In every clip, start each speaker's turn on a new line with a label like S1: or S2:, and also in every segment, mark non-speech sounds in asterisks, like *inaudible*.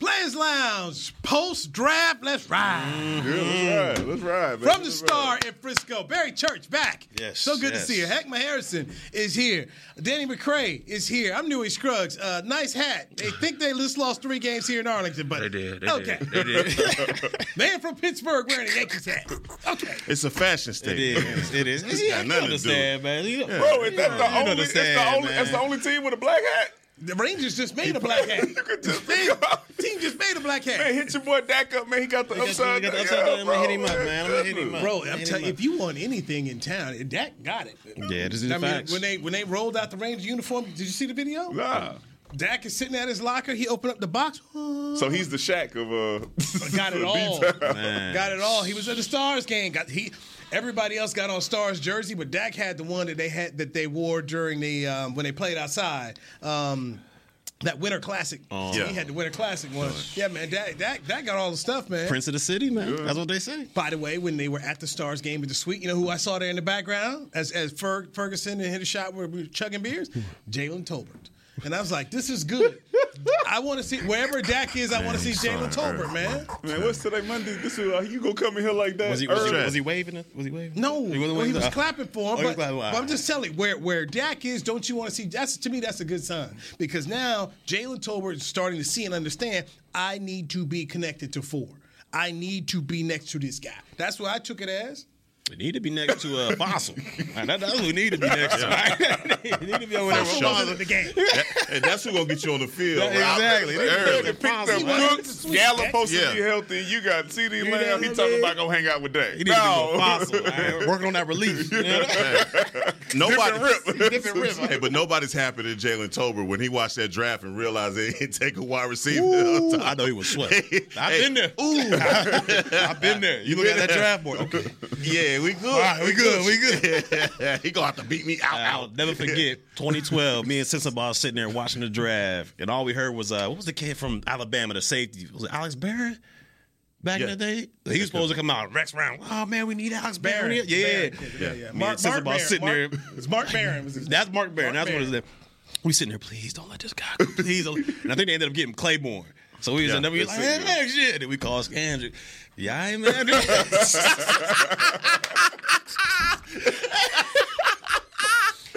S1: Players Lounge post draft. Let's ride
S2: Yeah, let's ride. Let's ride. baby.
S1: from the
S2: Let's
S1: star
S2: ride.
S1: in Frisco. Barry Church back.
S2: Yes,
S1: so good
S2: yes.
S1: to see you. Heckma Harrison is here. Danny McCray is here. I'm Newey Scruggs. Uh, nice hat. *laughs* They think they just lost three games here in Arlington, but they did. They okay, did. *laughs* They Man from Pittsburgh wearing a Yankees *laughs* hat. Okay,
S2: *laughs* It's a fashion statement.
S3: It is.
S2: It's got nothing to do.
S3: man. You,
S2: Bro, is that the only? It's
S3: understand,
S2: the only.
S3: man.
S2: It's the only team with a black hat.
S1: the Rangers just made a black *laughs* hat.
S2: You could just-
S1: They- team just made a black hat.
S2: Man, hit your boy Dak up, man. He got the
S3: got-
S2: upside.
S3: he got the
S2: down.
S3: upside
S2: Yeah,
S3: down. I'm gonna
S2: bro.
S3: hit him up, man. I'm gonna hit him up. *laughs*
S1: Bro, I'm
S3: Ain't
S1: telling you,
S3: enough.
S1: if you want anything in town, Dak got it.
S3: Yeah, this is
S1: I mean,
S3: facts.
S1: when they when they rolled out the Rangers uniform, did you see the video?
S2: Nah.
S1: Dak is sitting at his locker. He opened up the box. *gasps*
S2: So he's the Shaq of uh. *laughs*
S3: *laughs*
S1: got it
S2: of
S1: all.
S2: B-Town.
S1: Got it all. He was at the Stars game. Got he. Everybody else got on Stars jersey, but Dak had the one that they had that they wore during the um, when they played outside. Um, that Winter Classic.
S3: Oh.
S2: Yeah.
S1: He had the Winter Classic one. Yeah, man. Dak, Dak, Dak got all the stuff, man.
S3: Prince of the City, man. That's what they say.
S1: By the way, when they were at the Stars game in the suite, you know who I saw there in the background as as Ferg, Ferguson and hit a shot where we were chugging beers? Jalen Tolbert. And I was like, this is
S3: *laughs*
S1: good. I want to see wherever Dak is. I want to see Jalen Tolbert, man.
S2: Man, what's today? Monday. This is uh, you gonna come in here like that?
S3: Was he, was, he,
S2: early?
S3: was he waving? It? Was he waving?
S1: No,
S3: he, wasn't
S1: well, he
S3: waving?
S1: was
S3: Uh,
S1: clapping for him.
S3: oh, he
S1: but,
S3: was clapping.
S1: but I'm just telling you, where where Dak is, don't you want to see? That's to me, that's a good sign because now Jalen Tolbert is starting to see and understand. I need to be connected to four. I need to be next to this guy. That's what I took it as.
S3: We need to be next to a *laughs* fossil. Like, that, that's who we need to be next to. *laughs* He need to be over there. with
S1: Russell
S3: Fossil.
S1: wasn't in the game.
S2: and that's who gonna get you on the field.
S3: That-
S2: Rob.
S3: exactly. They
S2: Early.
S3: picked
S2: Pick the
S3: Fonzie, right?
S2: Brooks. Gallup supposed to be healthy. You got CD
S3: know
S2: Lamb.
S3: what
S2: He
S3: I
S2: talking
S3: mean?
S2: about gonna hang out with Dak.
S3: He need to be a fossil. *laughs* Like, working on that release. You know?
S4: Nobody,
S2: Different *laughs* rip.
S3: Different rip.
S4: Hey, but nobody's happy to Jalen Tober when he watched that draft and realized they didn't take a wide receiver.
S2: *laughs*
S3: Ooh, I know he was sweat. I've been there. Ooh, *laughs* I've been there. You look at that draft board. Okay,
S4: yeah, we good.
S3: all right, we good. We good.
S4: he gonna have to beat me out.
S3: I'll
S4: out. *laughs*
S3: never forget 2012. me and Sensabaugh was sitting there watching the draft, and all we heard was uh, what was the kid from Alabama, the safety? Was it Alex Barron? Back in the day, he was supposed to come out next round. Oh man, we need Alex Barron.
S1: Barron.
S3: Yeah, yeah.
S1: Barron. Yeah, yeah.
S3: Me and Sensabaugh sitting
S1: Barron.
S3: there.
S1: Mark- It's Mark Barron. Was his
S3: That's Mark Barron.
S1: Mark
S3: That's what it is. We sitting there. Please don't let this guy. Go. Please don't. and I think they ended up getting Claiborne. So we was in there. We was like,
S2: that's
S3: man,
S2: it,
S3: man, shit. Then we called Scandrick. Yeah, I ain't man.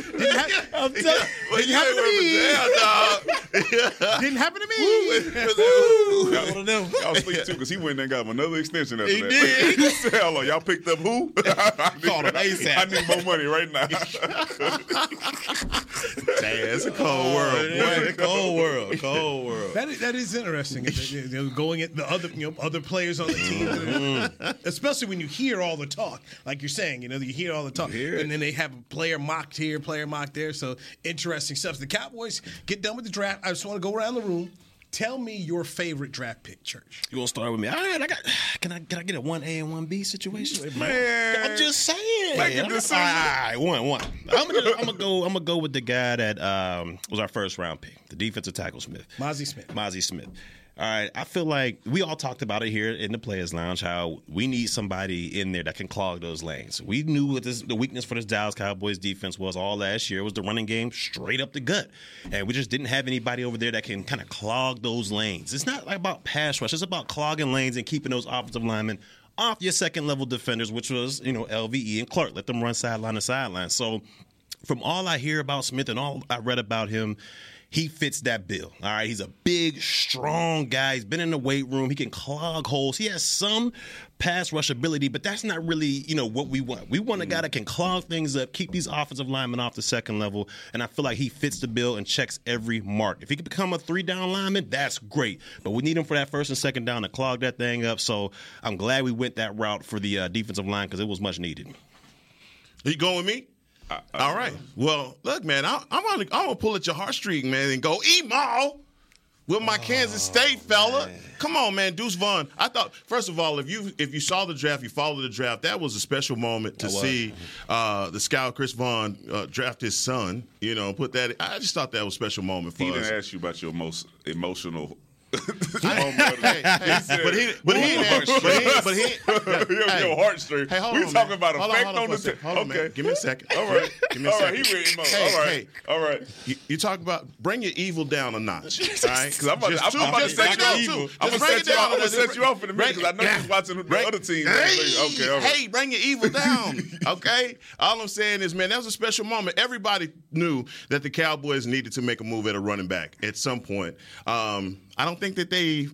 S3: I'm telling
S4: Well, you
S1: happened to me.
S4: ain't
S1: Didn't happen to me.
S4: went down, dog.
S3: you, *laughs* one of them.
S2: Y'all sleep too, because he went and got him another extension after
S3: He
S2: that.
S3: did.
S2: he said, "Hello, y'all picked up who? I need,
S3: Called him ASAP.
S2: I need more money right now."
S4: Damn, it's a cold world. boy.
S3: Boy, cold world, cold world.
S1: That is, that is interesting. You know, going at the other you know, other players on the
S3: Mm-hmm.
S1: team, especially when you hear all the talk, like you're saying, you know, you hear all the talk,
S3: hear it.
S1: and then they have a player mocked here, player mocked there. So interesting stuff. The Cowboys get done with the draft. I just want to go around the room. Tell me your favorite draft pick, Church.
S3: You gonna start with me? All right, I got. Can I can I get a one A and one B situation?
S2: Man.
S3: I'm just saying.
S2: Make a
S3: I'm-
S2: decision.
S3: All right, all right, one one. I'm gonna I'm gonna go I'm gonna go with the guy that um, was our first round pick, the defensive tackle Smith.
S1: Mozzie Smith.
S3: Mozzie Smith. All right, I feel like we all talked about it here in the Players Lounge how we need somebody in there that can clog those lanes. We knew what this, the weakness for this Dallas Cowboys defense was all last year was the running game straight up the gut, and we just didn't have anybody over there that can kind of clog those lanes. It's not like about pass rush; it's about clogging lanes and keeping those offensive linemen off your second level defenders, which was you know LVE and Clark. Let them run sideline to sideline. So from all I hear about Smith and all I read about him, he fits that bill. All right, he's a big, strong guy. He's been in the weight room. He can clog holes. He has some pass rush ability, but that's not really, you know, what we want. We want a guy that can clog things up, keep these offensive linemen off the second level, and I feel like he fits the bill and checks every mark. If he could become a three-down lineman, that's great. But we need him for that first and second down to clog that thing up. So I'm glad we went that route for the uh, defensive line because it was much needed.
S4: You going with me? All right. Well, look, man, I, I'm gonna I'm gonna pull at your heartstring, man, and go Emo. with my Kansas State fella. Come on, man, Deuce Vaughn. I thought first of all, if you if you saw the draft, you followed the draft. That was a special moment to
S3: was.
S4: see uh, the scout Chris Vaughn uh, draft his son. You know, put that. I just thought that was a special moment for
S2: He
S4: us.
S2: didn't ask you about your most emotional.
S4: Hey, hey, but *laughs* he, but he, didn't ask- but he, but he,
S2: *laughs* your,
S4: hey.
S2: your heartstring.
S4: Hey, hold
S2: we
S4: on,
S2: talking
S4: man.
S2: about
S4: Hold
S2: effect
S4: hold for a
S2: the
S4: second.
S2: tip.
S4: Hold on, man.
S2: okay.
S4: Give me a second.
S2: All right.
S4: give me a
S2: All right,
S4: second.
S2: He ready, Mo.
S4: Hey,
S2: All right.
S4: hey.
S2: All right.
S4: You, you talk about bring your evil down
S2: *laughs*
S4: a notch, all right?
S2: 'Cause I'm about, to-
S4: Just
S2: I'm
S4: two-
S2: about to
S4: just
S2: set
S4: bring
S2: you
S4: it
S2: off.
S4: down two.
S2: I'm
S4: Just
S2: gonna
S4: bring
S2: set
S4: it
S2: you
S4: down
S2: off. I'm
S4: a
S2: gonna
S4: little
S2: set
S4: bit.
S2: you off in a minute because I know
S4: Bring-
S2: you're watching the
S4: Bring-
S2: other team.
S4: Hey,
S2: Okay. All right.
S4: hey, bring your evil down. okay. All I'm saying is, man, that was a special moment. Everybody knew that the Cowboys needed to make a move at a running back at some point. Um, I don't think that they,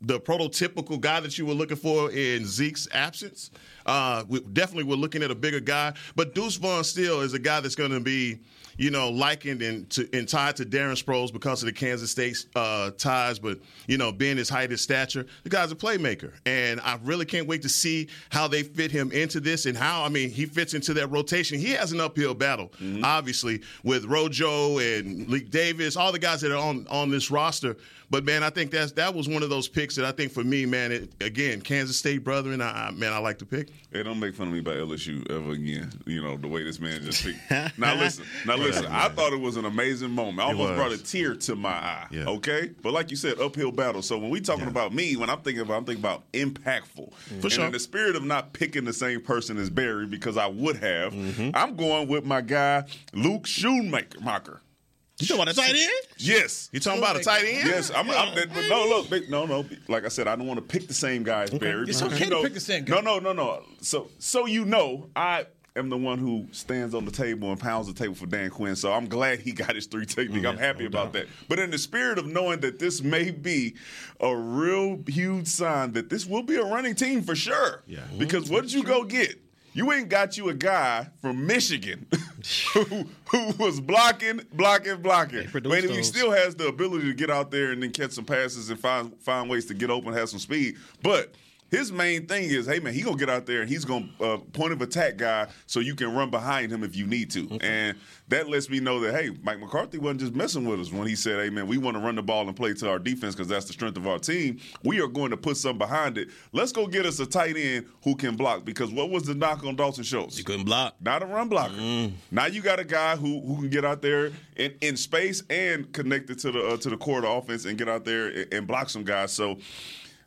S4: the prototypical guy that you were looking for in Zeke's absence. Uh, we definitely were looking at a bigger guy, but Deuce Vaughn still is a guy that's going to be you know, likened and, to, and tied to Darren Sproles because of the Kansas State uh, ties, but, you know, being his height, his stature, the guy's a playmaker. And I really can't wait to see how they fit him into this and how, I mean, he fits into that rotation. He has an uphill battle, obviously, with Rojo and Leak Davis, all the guys that are on, on this roster. But, man, I think that's, that was one of those picks that I think for me, man, it, again, Kansas State brother, and I, I, man, I like the pick.
S2: Hey, don't make fun of me about LSU ever again. You know the way this man just picked. now listen, now listen. I thought it was an amazing moment. I almost
S4: was.
S2: brought a tear to my eye.
S4: Yeah.
S2: Okay, but like you said, uphill battle. So when we talking about me, when I'm thinking about, I'm thinking about impactful. For and
S4: sure.
S2: In the spirit of not picking the same person as Barry because I would have, I'm going with my guy Luke Shoemaker. Mocker.
S3: You talking about a tight end?
S2: Yes.
S4: You talking about a tight end?
S2: Yes, I'm. I'm that, but no, look, they, no, no. Like I said, I don't want to pick the same guy as Barry.
S1: It's
S2: because
S1: okay
S2: you
S1: to
S2: know-
S1: pick the same guy.
S2: No, no, no, no. So, so you know, I am the one who stands on the table and pounds the table for Dan Quinn. So I'm glad he got his three technique. I'm happy about that. But in the spirit of knowing that this may be a real huge sign that this will be a running team for sure. Yeah. Because what did you go get? You ain't got you a guy from Michigan *laughs* who, who was blocking, blocking, blocking.
S3: produce
S2: But if he
S3: those.
S2: still has the ability to get out there and then catch some passes and find find ways to get open, have some speed. But his main thing is, hey man, he gonna get out there and he's gonna uh, point of attack guy, so you can run behind him if you need to. And that lets me know that hey, Mike McCarthy wasn't just messing with us when he said, hey man, we want to run the ball and play to our defense because that's the strength of our team. We are going to put some behind it. Let's go get us a tight end who can block because what was the knock on Dawson Schultz?
S3: You couldn't block.
S2: not a run blocker.
S4: Mm-hmm.
S2: Now you got a guy who who can get out there in, in space and connected to the uh, to the core of the offense and get out there and, and block some guys. So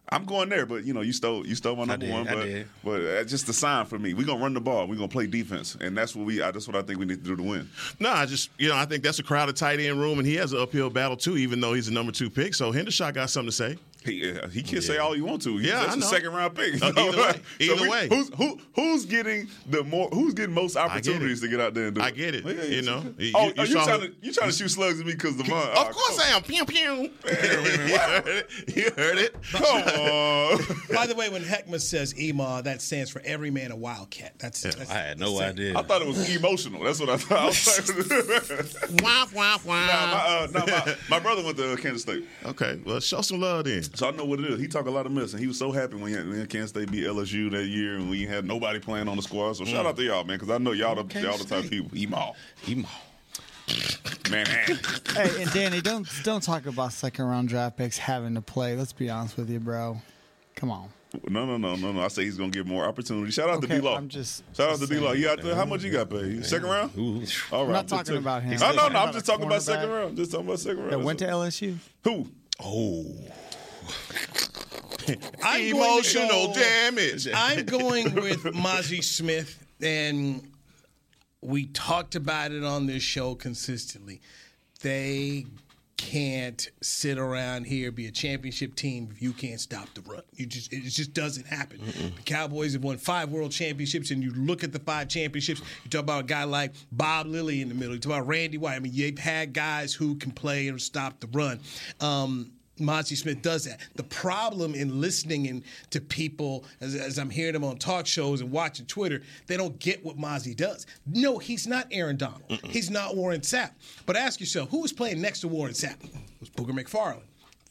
S2: I'm going there, but you know you stole you stole my number
S3: did,
S2: one,
S3: I
S2: but
S3: did.
S2: but that's just a sign for me. We're gonna run the ball. We're gonna play defense, and that's what we. I, that's what I think we need to do to win.
S4: No, I just you know I think that's a crowded tight end room, and he has an uphill battle too. Even though he's a number two pick, so Hendershot got something to say.
S2: He, uh, he can say all you want to. He,
S4: Yeah,
S2: that's
S4: I
S2: a
S4: know.
S2: second round pick.
S4: Uh, either way,
S2: *laughs* So
S4: either way.
S2: who's who, who's getting the more? Who's getting most
S4: get it.
S2: opportunities to get out there and do it?
S4: I get it.
S2: Well, yeah,
S4: You
S2: yeah.
S4: know, you-
S2: oh, are
S4: you- you
S2: you
S4: saw-
S2: trying to you trying to shoot slugs at me because Devon?
S4: *laughs* of course I am. Pew pew. *laughs* you heard it. You heard it.
S2: Come on.
S1: By the way, when Heckman says EMA, that stands for Every Man a Wildcat. That's it.
S3: I had no idea.
S2: I thought it was emotional. That's what I thought. I was like-
S4: *laughs* Womp womp womp.
S2: Nah, my, uh, nah, my, my brother went to Kansas State,
S4: okay, well show some love then.
S2: so I know what it is. He talk a lot of mess, and he was so happy when, when Kansas State beat LSU that year, and we had nobody playing on the squad. So
S4: Mm.
S2: shout out to y'all, man, because I know y'all the y'all the type of people. Emo,
S3: Emo.
S2: Manhattan.
S5: Hey, and Danny, don't don't talk about second round draft picks having to play. Let's be honest with you, bro. Come on.
S2: No, no, no, no, no. I say he's gonna get more opportunity. Shout out to
S5: Okay,
S2: D Law.
S5: I'm just-
S2: Shout out to
S5: just
S2: D Law.
S5: saying.
S2: You out there? How much you got paid? Second round?
S3: Ooh.
S2: All right.
S5: not
S2: good
S5: talking
S2: to-
S5: about him.
S2: No,
S5: He's
S2: no,
S5: talking
S2: no. I'm
S5: about
S2: just
S5: a
S2: talking about second
S5: cornerback.
S2: round. Just talking about second round.
S5: That
S2: That's
S5: went to
S2: all.
S5: LSU.
S2: Who?
S1: I'm going to
S4: Emotional
S1: go-
S4: damage.
S1: *laughs* I'm going with Mozzie Smith, and we talked about it on this show consistently. They can't sit around here be a championship team if you can't stop the run. You just it just doesn't happen. The Cowboys have won five world championships, and you look at the five championships. You talk about a guy like Bob Lilly in the middle. You talk about Randy White. I mean, you've had guys who can play and stop the run. Um, Monty Smith does that. The problem in listening in to people, as, as I'm hearing them on talk shows and watching Twitter, they don't get what Mozzie does. No, he's not Aaron Donald. He's not Warren Sapp. But ask yourself, who was playing next to Warren Sapp? It was Booger McFarland.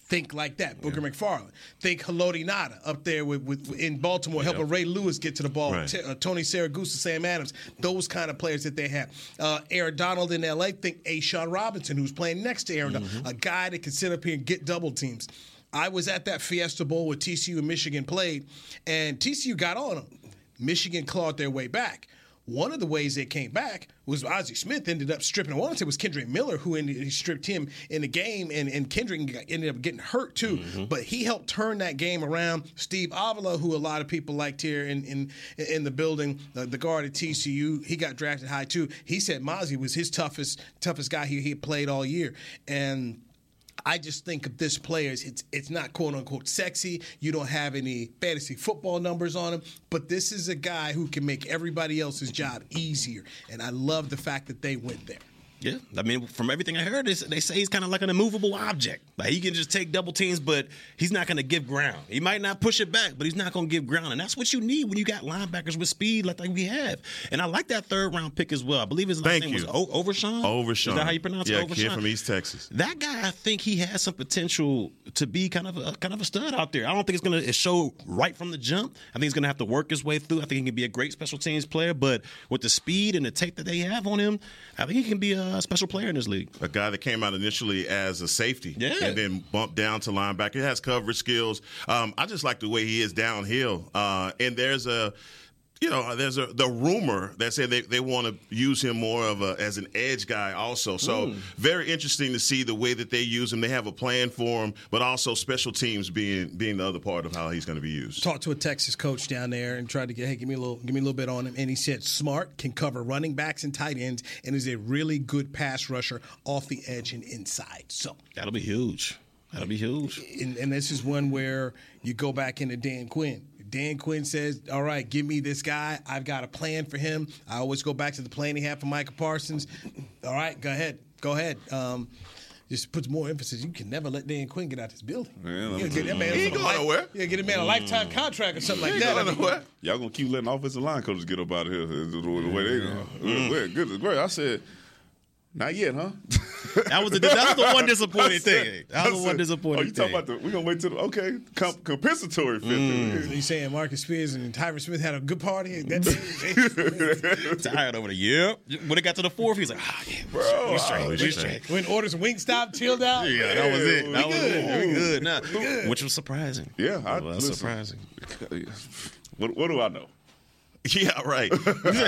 S1: Think like that, Booker McFarland. Think Haloti Nada up there with, with in Baltimore, helping Ray Lewis get to the ball.
S3: Right.
S1: T- uh, Tony Saragusa, Sam Adams, those kind of players that they have. Uh, Aaron Donald in L.A. Think A. Sean Robinson, who's playing next to Aaron, Donald, a guy that can sit up here and get double teams. I was at that Fiesta Bowl where TCU and Michigan played, and TCU got on them. Michigan clawed their way back. One of the ways they came back was Ozzie Smith ended up stripping. I want to say it was Kendrick Miller who ended, he stripped him in the game, and, and Kendrick got- ended up getting hurt too. But he helped turn that game around. Steve Avila, who a lot of people liked here in in, in the building, the, the guard at TCU, he got drafted high too. He said Mozzie was his toughest toughest guy he, he had played all year, and. I just think of this player as it's it's not quote unquote sexy. You don't have any fantasy football numbers on him, but this is a guy who can make everybody else's job easier. And I love the fact that they went there.
S3: Yeah, I mean, from everything I heard, they s- they say he's kind of like an immovable object. Like he can just take double teams, but he's not going to give ground. He might not push it back, but he's not going to give ground, and that's what you need when you got linebackers with speed like, like we have. And I like that third round pick as well. I believe his last
S4: Thank
S3: name was
S4: you.
S3: o- Overshawn.
S4: Overshawn.
S3: Is that how you pronounce
S4: yeah,
S3: it? Overshawn.
S4: kid from East Texas.
S3: That guy, I think he has some potential to be kind of a kind of a stud out there. I don't think it's gonna it show right from the jump. I think he's gonna have to work his way through. I think he can be a great special teams player, but with the speed and the take that they have on him, I think he can be a special player in this league.
S4: a guy that came out initially as a safety
S3: Yeah.
S4: and then bumped down to linebacker. He has coverage skills. Um, I just like the way he is downhill. Uh, and there's a, you know, there's a the rumor that said they, they want to use him more of a as an edge guy also. So very interesting to see the way that they use him. They have a plan for him, but also special teams being being the other part of how he's going to be used.
S1: Talked to a Texas coach down there and tried to get hey, give me a little give me a little bit on him. And he said smart, can cover running backs and tight ends, and is a really good pass rusher off the edge and inside. So
S3: That'll be huge. That'll be huge.
S1: and, and this is one where you go back into Dan Quinn. Dan Quinn says, "All right, give me this guy. I've got a plan for him. I always go back to the plan he had for Micah Parsons. All right, go ahead, go ahead." Um, just puts more emphasis. You can never let Dan Quinn get out this building.
S2: Yeah, let me
S1: You
S2: tell
S1: get
S2: you.
S1: that
S2: He
S1: man some
S2: ain't
S4: going
S1: life-
S4: nowhere.
S1: Yeah, get a man a lifetime contract or something like
S4: Ain't
S1: that.
S4: going
S1: I mean,
S4: nowhere.
S2: Y'all gonna keep letting offensive line coaches get up out of here the, the way they go.
S3: Mm.
S2: Well, Goodness gracious. I said, not yet, huh?
S3: That was the *laughs* that's the
S2: *laughs*
S3: one
S2: I
S3: disappointing
S2: said-
S3: thing. That was
S2: I
S3: the one
S2: said,
S3: disappointing
S2: Oh, you talking
S3: thing. Mm.
S2: about the? We gonna wait till the okay comp, compensatory fifth.
S1: You saying Marcus Spears and Tyron Smith had a good party? That day?
S3: Tired over the yep. When it got to the fourth, he was like, ah, yeah,
S2: Bro,
S3: we straight,
S2: I-
S3: we
S2: we
S3: straight.
S1: when orders Wingstop chilled out.
S3: Yeah, that was it. That was it. We
S2: good.
S3: good. Nah, which was surprising.
S2: Yeah, I-
S3: Well, that's
S2: listen.
S3: surprising.
S2: *laughs* What, what do I
S3: *laughs*
S2: know?
S4: *laughs* Yeah,
S1: *laughs*
S4: right.
S2: what do I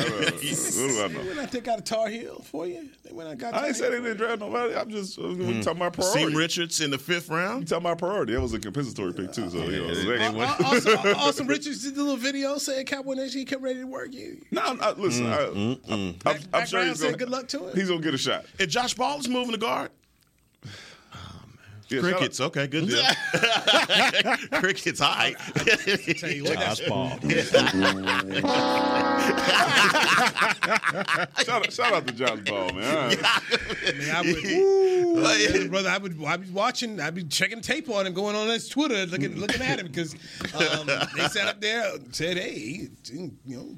S2: know?
S1: When I take out a Tar Heel for you, when I got
S2: I
S1: Tar
S2: ain't say they
S1: Heel.
S2: didn't draft nobody. I'm just I'm
S3: Mm.
S2: talking about priority.
S4: Seam Richards in the fifth
S2: You
S4: round.
S2: talking about priority? That was a compensatory pick too. So you know, so they-
S1: Au- Au-
S2: *laughs*
S1: Austin, Austin Richards did the little video saying Cowboy Nation he kept ready to work. You
S2: No, I'm, I, listen.
S3: Mm,
S2: I, I'm- I'm, I'm,
S1: Mac
S2: sure
S1: Brown
S2: he's
S1: said
S2: gonna,
S1: good luck to
S2: *laughs*
S1: him.
S2: He's gonna get a shot.
S4: And Josh Ball is moving the guard.
S2: Yeah, shout out-
S4: Crickets. Okay,
S1: *laughs*
S4: good deal. *laughs* Crickets. All right.
S1: tell you what,
S4: *laughs*
S3: Josh Ball.
S2: Shout out, shout out to Josh Ball,
S3: *laughs*
S2: man. All right.
S1: I, mean, I *laughs* would, Ooh,
S4: *laughs*
S1: man, brother, I would, I'd be watching, I'd be checking tape on him, going on his Twitter, looking, looking at him because um, they sat up there, said, hey, he, you know,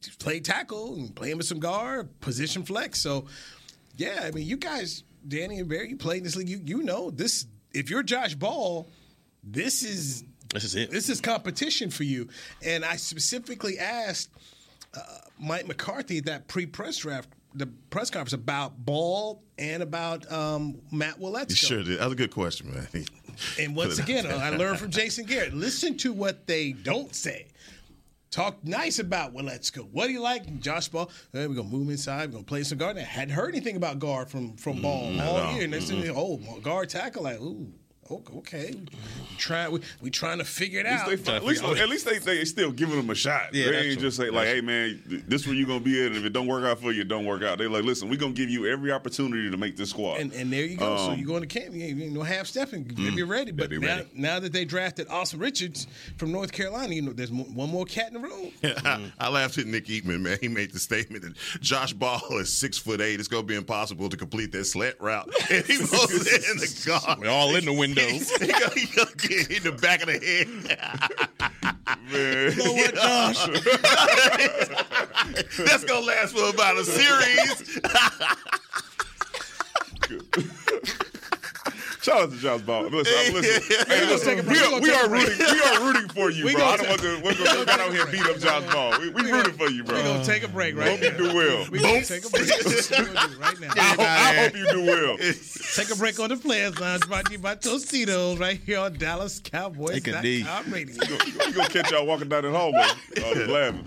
S1: just play tackle and play him with some guard, position flex. So, yeah, I mean, you guys, Danny and Barry, you played in this league, you, you know this. If you're Josh Ball, this is
S3: This is it.
S1: this is competition for you. And I specifically asked uh, Mike McCarthy at that pre-press draft, the press conference about Ball and about um, Matt Willetsko.
S4: Sure, did. that was a good question, man. *laughs*
S1: And
S4: Put
S1: once
S4: it out
S1: again,
S4: there.
S1: I learned from Jason Garrett. Listen to what they don't say. Talk nice about Willetsko. What do you like, Josh Ball? Hey, we're gonna move him inside. We're gonna play some guard. And I hadn't heard anything about guard from from Ball all year. And they said, "Oh, guard tackle." Like, ooh, o- okay. Try we we trying to figure it
S2: At
S1: out.
S2: least, they, at least, at least they, they still giving him a shot.
S3: Yeah,
S2: they
S3: that's
S2: ain't
S3: true.
S2: just say like, "Hey man, th- this where you gonna be at, and if it don't work out for you, it don't work out." They like, "Listen, we gonna give you every opportunity to make this squad."
S1: And, and there you go. so
S2: Um, mm,
S1: you go into camp. You ain't, you ain't no half stepping. Maybe you're ready. But
S2: be
S1: now,
S2: ready.
S1: now that they drafted Austin Richards from North Carolina, you know there's mo- one more cat in the
S2: *laughs*
S1: room.
S4: I, I laughed at Nick Eatman, man. He made the statement that Josh Ball is six foot eight. It's gonna be impossible to complete that slant route. *laughs* And he goes
S1: *laughs*
S4: in the guard.
S3: We're all in the windows.
S4: *laughs* He go- he go get hit in the back of the head. *laughs*
S2: man.
S1: *laughs*
S4: That's gonna last for about a series.
S2: Shout out to Josh Ball. Listen, I'm
S1: *laughs*
S2: listening. Hey,
S1: Let's take a
S2: listen,
S1: break.
S2: we
S1: We're
S2: are, we
S1: gonna take a
S2: are
S1: break.
S2: rooting. We are rooting for you,
S1: We
S2: bro.
S1: gonna
S2: I don't want to. We're gonna get out here and beat up Josh Ball. We, we rooting for you, bro.
S1: We're gonna take a break right
S2: Hope you
S1: now.
S2: do
S1: *laughs*
S2: well.
S1: We're gonna take a break. That's what we're gonna do right now.
S2: *laughs* I hope, I hope you do
S1: *laughs*
S2: well.
S1: Take a break on the Players Lounge brought to you by Tostitos right here on Dallas
S3: Take a knee.
S1: Cowboys.com radio.
S2: You gonna catch y'all walking down that hallway, uh, laughing.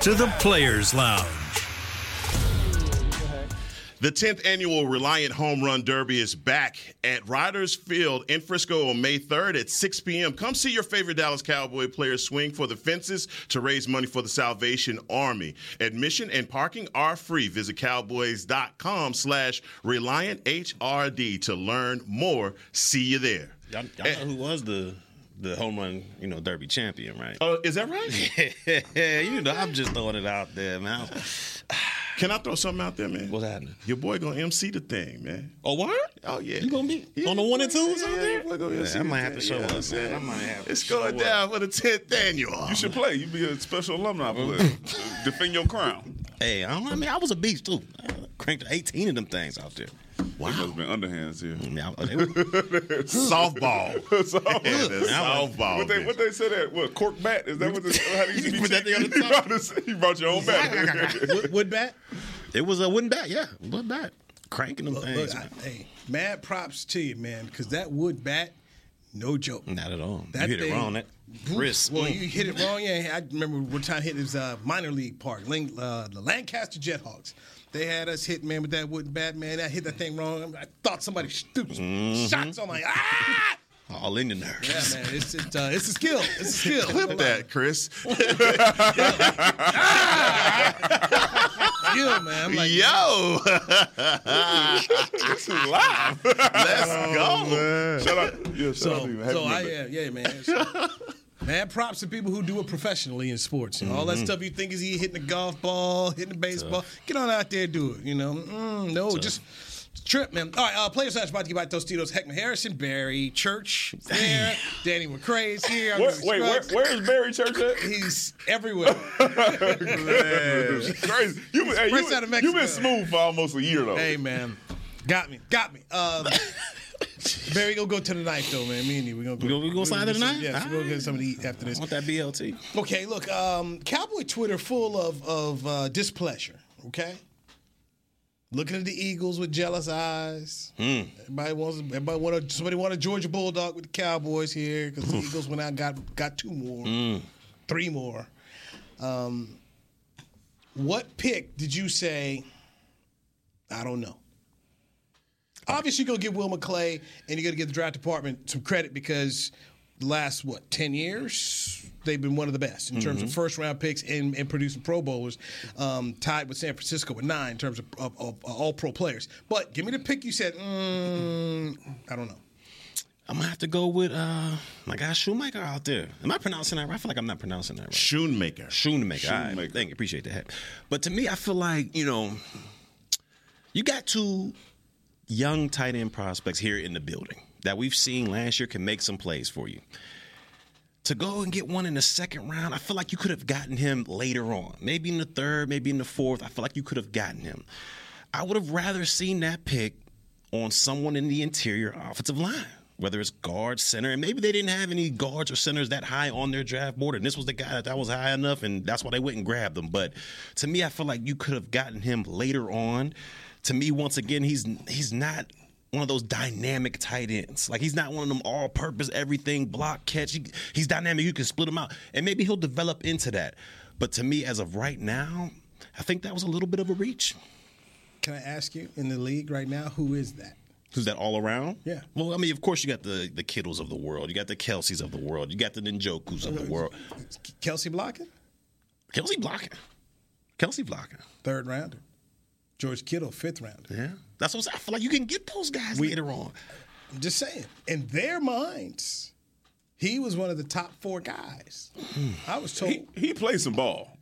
S6: To the Players Lounge.
S4: The 10th annual Reliant Home Run Derby is back at Riders Field in Frisco on May 3rd at 6 p.m. Come see your favorite Dallas Cowboy players swing for the fences to raise money for the Salvation Army. Admission and parking are free. Visit cowboys.com slash Reliant HRD to learn more. See you there.
S3: Y'all, y'all know who was the the home run, you know, derby champion, right?
S4: Oh, is that
S2: *laughs*
S4: right?
S3: yeah, *laughs* you know, I'm just throwing it out there, man.
S4: Can I throw something out there, man?
S3: What's happening?
S4: Your boy gonna MC the thing, man.
S3: Oh, what?
S4: Oh yeah.
S3: You gonna be on the one and twos out there? Yeah, I might have to show
S4: up.
S3: up, man. I might have to
S4: It's
S3: show
S4: going
S3: up.
S4: down for the 10th annual.
S2: You should play. You be a special alumni player.
S1: *laughs*
S2: Defend your crown.
S3: Hey, I don't know. I mean, I was a beast too. I cranked 18 of them things out there.
S2: Wow. They must have been underhands here.
S3: Yeah, I- oh, they were-
S4: Softball. Yeah, the softball.
S2: What they, what they said that? What, cork bat? Is that what this, how do
S3: *laughs*
S2: you
S3: put that thing on the
S2: *laughs* You brought, this- you brought your own bat.
S1: Wood, wood bat?
S3: it was a wooden bat, yeah, wooden bat, cranking them
S1: Look,
S3: things.
S1: I-
S3: man.
S1: hey, mad props to you, man, because that wood bat, no joke.
S3: Not at all.
S1: That
S3: you hit
S1: thing-
S3: it wrong. That
S1: Oof.
S3: wrist.
S1: Well,
S3: mm.
S1: you hit it wrong. Yeah, I remember one time hitting this uh, minor league park, Lang- uh, the Lancaster Jethawks. They had us hit man with that wooden bat, man. I hit that thing wrong. I thought somebody stupid
S3: Mm-hmm.
S1: shots. I'm like, ah!
S3: all in the nerves.
S1: Yeah, man, it's it, uh, it's a skill. It's a skill.
S4: Clip that, Chris.
S1: skill, man. I'm like,
S4: Yo,
S2: this is live.
S4: let's go.
S2: Shut up. Yeah, shut up.
S1: So,
S2: Happy
S1: so I
S2: birthday.
S1: yeah, yeah, man. So, Mad props to people who do it professionally in sports. You know, All that
S3: Mhm.
S1: stuff you think is he hitting a golf ball, hitting a baseball. Get on out there, do it. You know, Mm, no, just. Trip, man. All right, uh, players match about to get by Tostitos. Heckman Harrison, Barry Church there, Danny McCray's here.
S2: Where- wait, where- where
S1: is Barry Church at? *laughs* He's everywhere.
S2: Crazy. You, been- hey, you,
S1: Prince out of
S2: been- you
S1: Mexico.
S2: been smooth for almost a year though.
S1: Hey man, got me, got me. Um, Barry, gonna go to the night though, man. Me and you, we gonna go.
S3: We gonna- we gonna slide to the
S1: get some-
S3: night?
S1: Yes, we'll get something to eat after this.
S3: want that BLT.
S1: Okay, look, um, Cowboy Twitter full of of uh, displeasure. Okay, looking at the Eagles with jealous eyes.
S3: Mm.
S1: Everybody wants everybody want a, somebody want a Georgia Bulldog with the Cowboys here because the
S3: Oof.
S1: Eagles went out and got got two more,
S3: Mm.
S1: three more. Um, what pick did you say? I don't know. Obviously, you're gonna give Will McClay and you're gonna give the draft department some credit because the last what ten years they've been one of the best in terms
S3: Mhm.
S1: of first round picks and, and producing Pro Bowlers, um, tied with San Francisco with nine in terms of, of, of all Pro players. But give me the pick you said. Mm, I don't know.
S3: I'm gonna have to go with uh my guy Shoemaker out there. Am I pronouncing that right? I feel like I'm not pronouncing that right.
S4: Shoemaker.
S3: Shoemaker. All right.
S4: Schoonmaker.
S3: Thank you. Appreciate that. But to me, I feel like, you know, you got two young tight end prospects here in the building that we've seen last year can make some plays for you. To go and get one in the second round, I feel like you could have gotten him later on. Maybe in the third, maybe in the fourth. I feel like you could have gotten him. I would have rather seen that pick on someone in the interior offensive line, whether it's guard, center, and maybe they didn't have any guards or centers that high on their draft board, and this was the guy that, that was high enough, and that's why they went and grabbed them. But to me, I feel like you could have gotten him later on. To me, once again, he's he's not one of those dynamic tight ends. Like he's not one of them all purpose, everything, block, catch. He- he's dynamic. You can split him out. And maybe he'll develop into that. But to me, as of right now, I think that was a little bit of a reach.
S1: Can I ask you in the league right now who is that?
S3: Who's that all around?
S1: Yeah.
S3: Well, I mean, of course, you got the the Kittles of the world, you got the Kelseys of the world, you got the Ninjokus of the world.
S1: Kelsey blocking?
S3: Kelsey blocking. Kelsey blocking.
S1: Third rounder. George Kittle, fifth rounder.
S3: Yeah. That's what I'm saying. I feel like you can get those guys later on.
S1: I'm just saying. In their minds, he was one of the top four guys. I was told.
S2: He, he played some ball.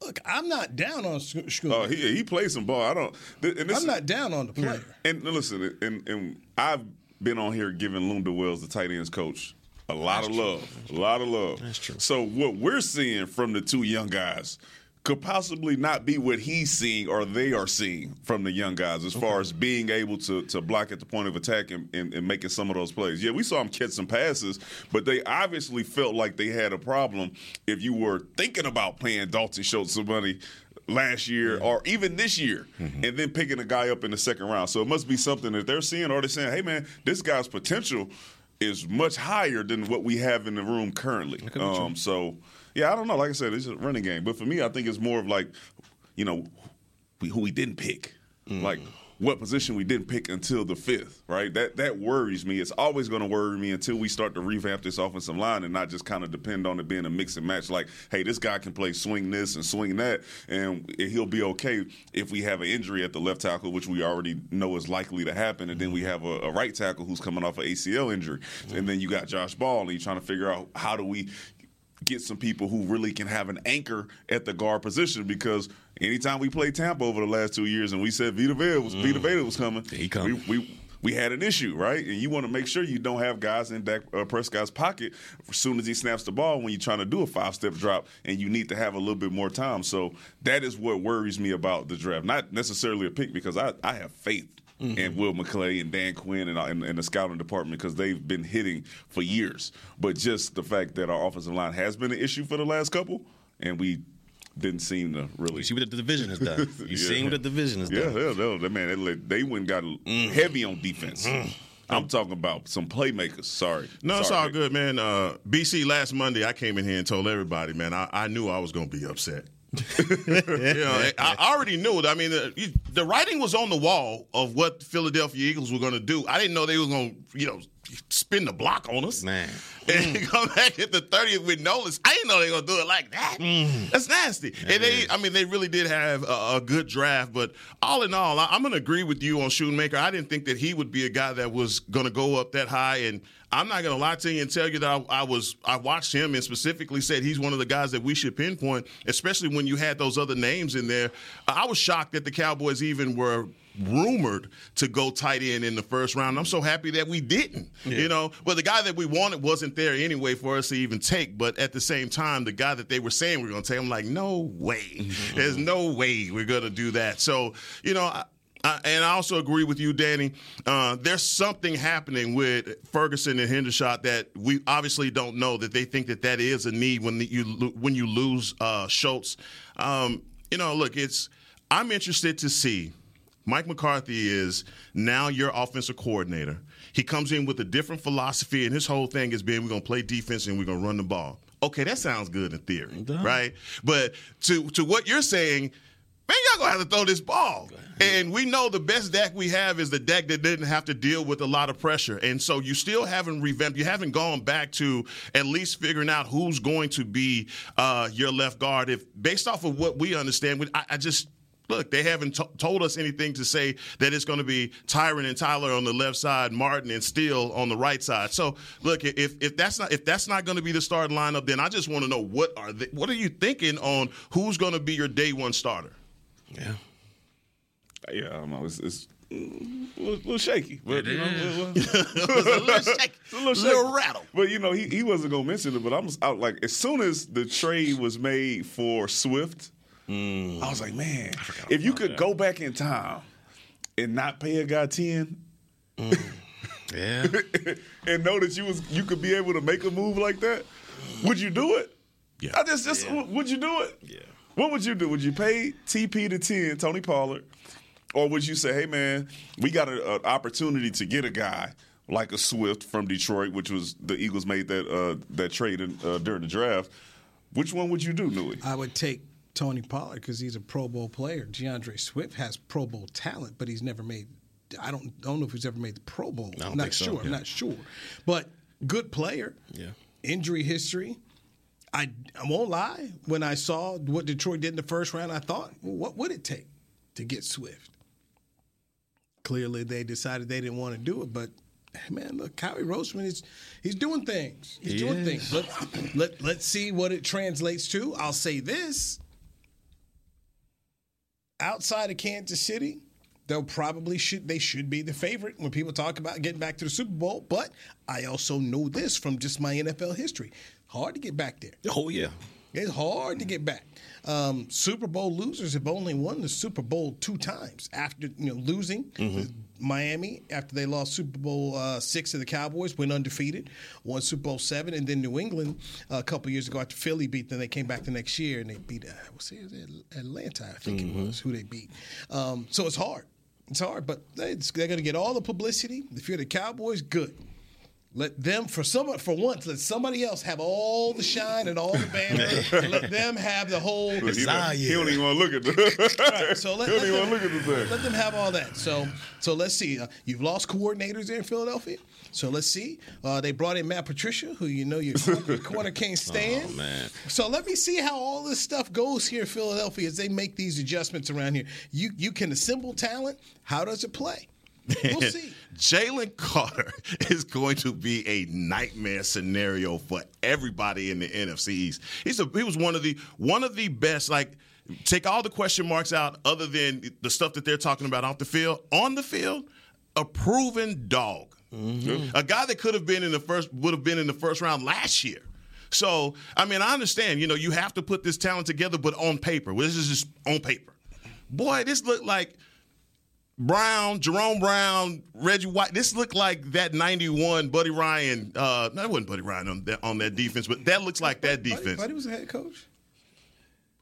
S1: Look, I'm not down on school.
S2: Oh, he he played some ball. I don't. th- and this
S1: I'm not down on the player.
S2: And listen, and and I've been on here giving Lunda Wells, the tight ends coach, a lot of love, a lot of love. That's true. So what we're seeing from the two young guys could possibly not be what he's seeing or they are seeing from the young guys as far as being able to to block at the point of attack and, and, and making some of those plays. Yeah, we saw him catch some passes, but they obviously felt like they had a problem if you were thinking about playing Dalton Schultz somebody last year or even this year
S3: Mm-hmm.
S2: and then picking a guy up in the second round. So it must be something that they're seeing or they're saying, hey man, this guy's potential is much higher than what we have in the room currently.
S3: be true.
S2: Um, so yeah, I don't know. Like I said, it's a running game. But for me, I think it's more of like, you know, we, who we didn't pick. Like what position we didn't pick until the fifth, right? That that worries me. It's always going to worry me until we start to revamp this offensive line and not just kind of depend on it being a mix and match. Like, hey, this guy can play swing this and swing that, and he'll be okay if we have an injury at the left tackle, which we already know is likely to happen, and then we have a, a right tackle who's coming off an ACL injury, and then you got Josh Ball, and you're trying to figure out how do we get some people who really can have an anchor at the guard position because anytime we played Tampa over the last two years and we said Vita Vea was Vita Vea was coming, Mm. he coming. We, we we had an issue, right? And you want to make sure you don't have guys in Dak uh, Prescott's pocket as soon as he snaps the ball when you're trying to do a five step drop, and you need to have a little bit more time. So that is what worries me about the draft. Not necessarily a pick because I, I have faith
S3: Mm-hmm.
S2: and Will McClay and Dan Quinn and, and, and the scouting department because they've been hitting for years. But just the fact that our offensive line has been an issue for the last couple, and we didn't seem to really
S3: see what the division
S2: *laughs*
S3: has done. You seen what the division has
S2: yeah,
S3: done.
S2: Yeah, no, that- man, they, let- they went and got
S4: Mm.
S2: heavy on defense. I'm talking about some playmakers. Sorry,
S4: Mm-hmm. No, it's
S2: Sorry,
S4: all
S2: Nick.
S4: good, man. Uh, BC last Monday, I came in here and told everybody, man, I, I knew I was going to be *laughs* upset. you know, I I already knew it. I mean, the, you, the writing was on the wall of what the Philadelphia Eagles were going to do. I didn't know they were going to, you know, spin the block on us. Man. *laughs* And come back at the 30th with Nolan. I didn't know they were going to do it like that. That's nasty. and they, I mean, they really did have a, a good draft. But all in all, I, I'm going to agree with you on Shoemaker. I didn't think that he would be a guy that was going to go up that high. And I'm not going to lie to you and tell you that I, I was, I watched him and specifically said he's one of the guys that we should pinpoint, especially when you had those other names in there. I was shocked that the Cowboys even were rumored to go tight end in the first round. I'm so happy that we didn't. You know, well, the guy that we wanted wasn't there anyway for us to even take. But at the same time, the guy that they were saying we are going to take, I'm like, no way. There's no way we're going to do that. So, you know, I, I, and I also agree with you, Danny. Uh, there's something happening with Ferguson and Hendershot that we obviously don't know. That they think that that is a need when you lo- when you lose uh, Schultz. Um, you know, look, it's I'm interested to see Mike McCarthy is now your offensive coordinator. He comes in with a different philosophy, and his whole thing is being we're going to play defense and we're going to run the ball. Okay, that sounds good in theory, right? But to to what you're saying, man, y'all gonna have to throw this ball. And we know the best deck we have is the deck that didn't have to deal with a lot of pressure. And so you still haven't revamped, you haven't gone back to at least figuring out who's going to be uh, your left guard. If based off of what we understand, we- I, I just look, they haven't to- told us anything to say that it's going to be Tyron and Tyler on the left side, Martin and Steele on the right side. So, look, if if that's not if that's not going to be the starting lineup, then I just want to know what are they, what are you thinking on who's going to be your day one starter?
S3: Yeah.
S2: Yeah, I don't know. It's, it's mm, a little, little shaky. But,
S4: It
S2: you know,
S4: is.
S2: little-
S4: little shaky.
S2: It's a little, shaky.
S4: Little rattle.
S2: But, you know, he, he wasn't going to mention it, but I was out like, as soon as the trade was made for Swift,
S4: Mm.
S2: I was like, man, if you could go back in time and not pay a guy 10.
S3: Yeah.
S2: and know that you was you could be able to make a move like that, would you do it? Yeah. I just just would you do it? Yeah. What would you do? Would you pay TP to ten, Tony Pollard, or would you say, hey man, we got an opportunity to get a guy like a Swift from Detroit, which was the Eagles made that uh, that trade in, uh, during the draft. Which one would you do, Nui?
S4: Uh,
S1: I would take Tony Pollard because he's a Pro Bowl player. DeAndre Swift has Pro Bowl talent, but he's never made. I don't don't know if he's ever made the Pro Bowl.
S3: I don't
S1: am not
S3: think so,
S1: sure.
S3: yeah.
S1: I'm not sure, but good player.
S3: Yeah.
S1: Injury history. I I won't lie. When I saw what Detroit did in the first round, I thought, well, what would it take to get Swift? Clearly, they decided they didn't want to do it, but. Hey man, look, Kyrie Roseman is he's doing things. He's
S3: He
S1: doing
S3: is.
S1: things. Let, let let's see what it translates to. I'll say this outside of Kansas City, they'll probably should they should be the favorite when people talk about getting back to the Super Bowl. But I also know this from just my NFL history: hard to get back there.
S3: Oh yeah.
S1: It's hard to get back. Um, Super Bowl losers have only won the Super Bowl two times after you know losing.
S3: Mhm.
S1: Miami after they lost Super Bowl uh, six to the Cowboys went undefeated, won Super Bowl seven, and then New England uh, a couple years ago after Philly beat them, they came back the next year and they beat uh, what's it, Atlanta, I think it was who they beat. Um, so it's hard, it's hard, but they- they're going to get all the publicity. If you're the Cowboys, good. Let them for some for once. Let somebody else have all the shine and all the banner.
S2: *laughs*
S1: and let them have the whole.
S2: Look, he, *laughs* don't, he don't even want to look at the. *laughs*
S1: Right, so let,
S2: He don't
S1: let
S2: even wanna
S1: them,
S2: look at the thing.
S1: let them have all that. So so let's see. Uh, you've lost coordinators there in Philadelphia. So let's see. Uh, they brought in Matt Patricia, who you know your corner,
S2: *laughs*
S1: corner can't stand.
S3: Oh man.
S1: So let me see how all this stuff goes here in Philadelphia as they make these adjustments around here. You you can assemble talent. How does it play?
S2: *laughs*
S1: We'll see.
S4: Jalen Carter *laughs* is going to be a nightmare scenario for everybody in the NFC East. He's a, he was one of the one of the best. Like, take all the question marks out, other than the stuff that they're talking about off the field. On the field, a proven dog, a guy that could have been in the first would have been in the first round last year. So, I mean, I understand. You know, you have to put this talent together, but on paper, this is just on paper. Boy, this looked like Brown, Jerome Brown, Reggie White. This looked like that '91 Buddy Ryan. Uh, no, it wasn't Buddy Ryan on that, on that defense, but that looks like that defense.
S1: Buddy was a head coach.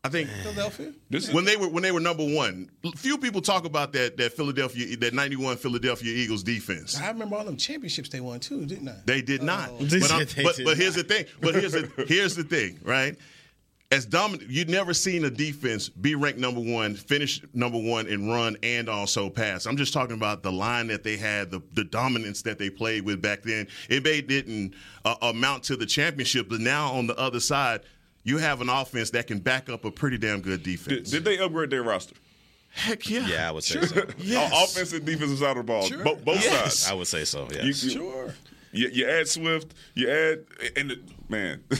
S4: I think
S1: Philadelphia.
S4: when they were when they were number one. Few people talk about that that Philadelphia that '91 Philadelphia Eagles defense.
S1: I remember all them championships they won too, didn't I?
S4: They did not.
S2: *laughs*
S1: Oh.
S4: But, I'm-
S1: They
S4: but,
S1: did *laughs*
S4: but here's the thing. But here's the, here's the thing, right? as dominant, you've never seen a defense be ranked number one, finish number one in run and also pass. I'm just talking about the line that they had, the, the dominance that they played with back then. It may didn't uh, amount to the championship, but now on the other side, you have an offense that can back up a pretty damn good
S2: Did,
S4: defense.
S2: did they upgrade their roster?
S4: Heck yeah.
S3: Yeah, I would say
S2: Sure.
S3: so.
S4: Yes.
S2: O- Offensive and defensive side of the ball.
S4: Sure.
S2: Bo- both
S4: Yes.
S2: sides.
S3: I would say so.
S2: You,
S3: Yes.
S2: you- You, you add Swift, you add, and the, man, *laughs*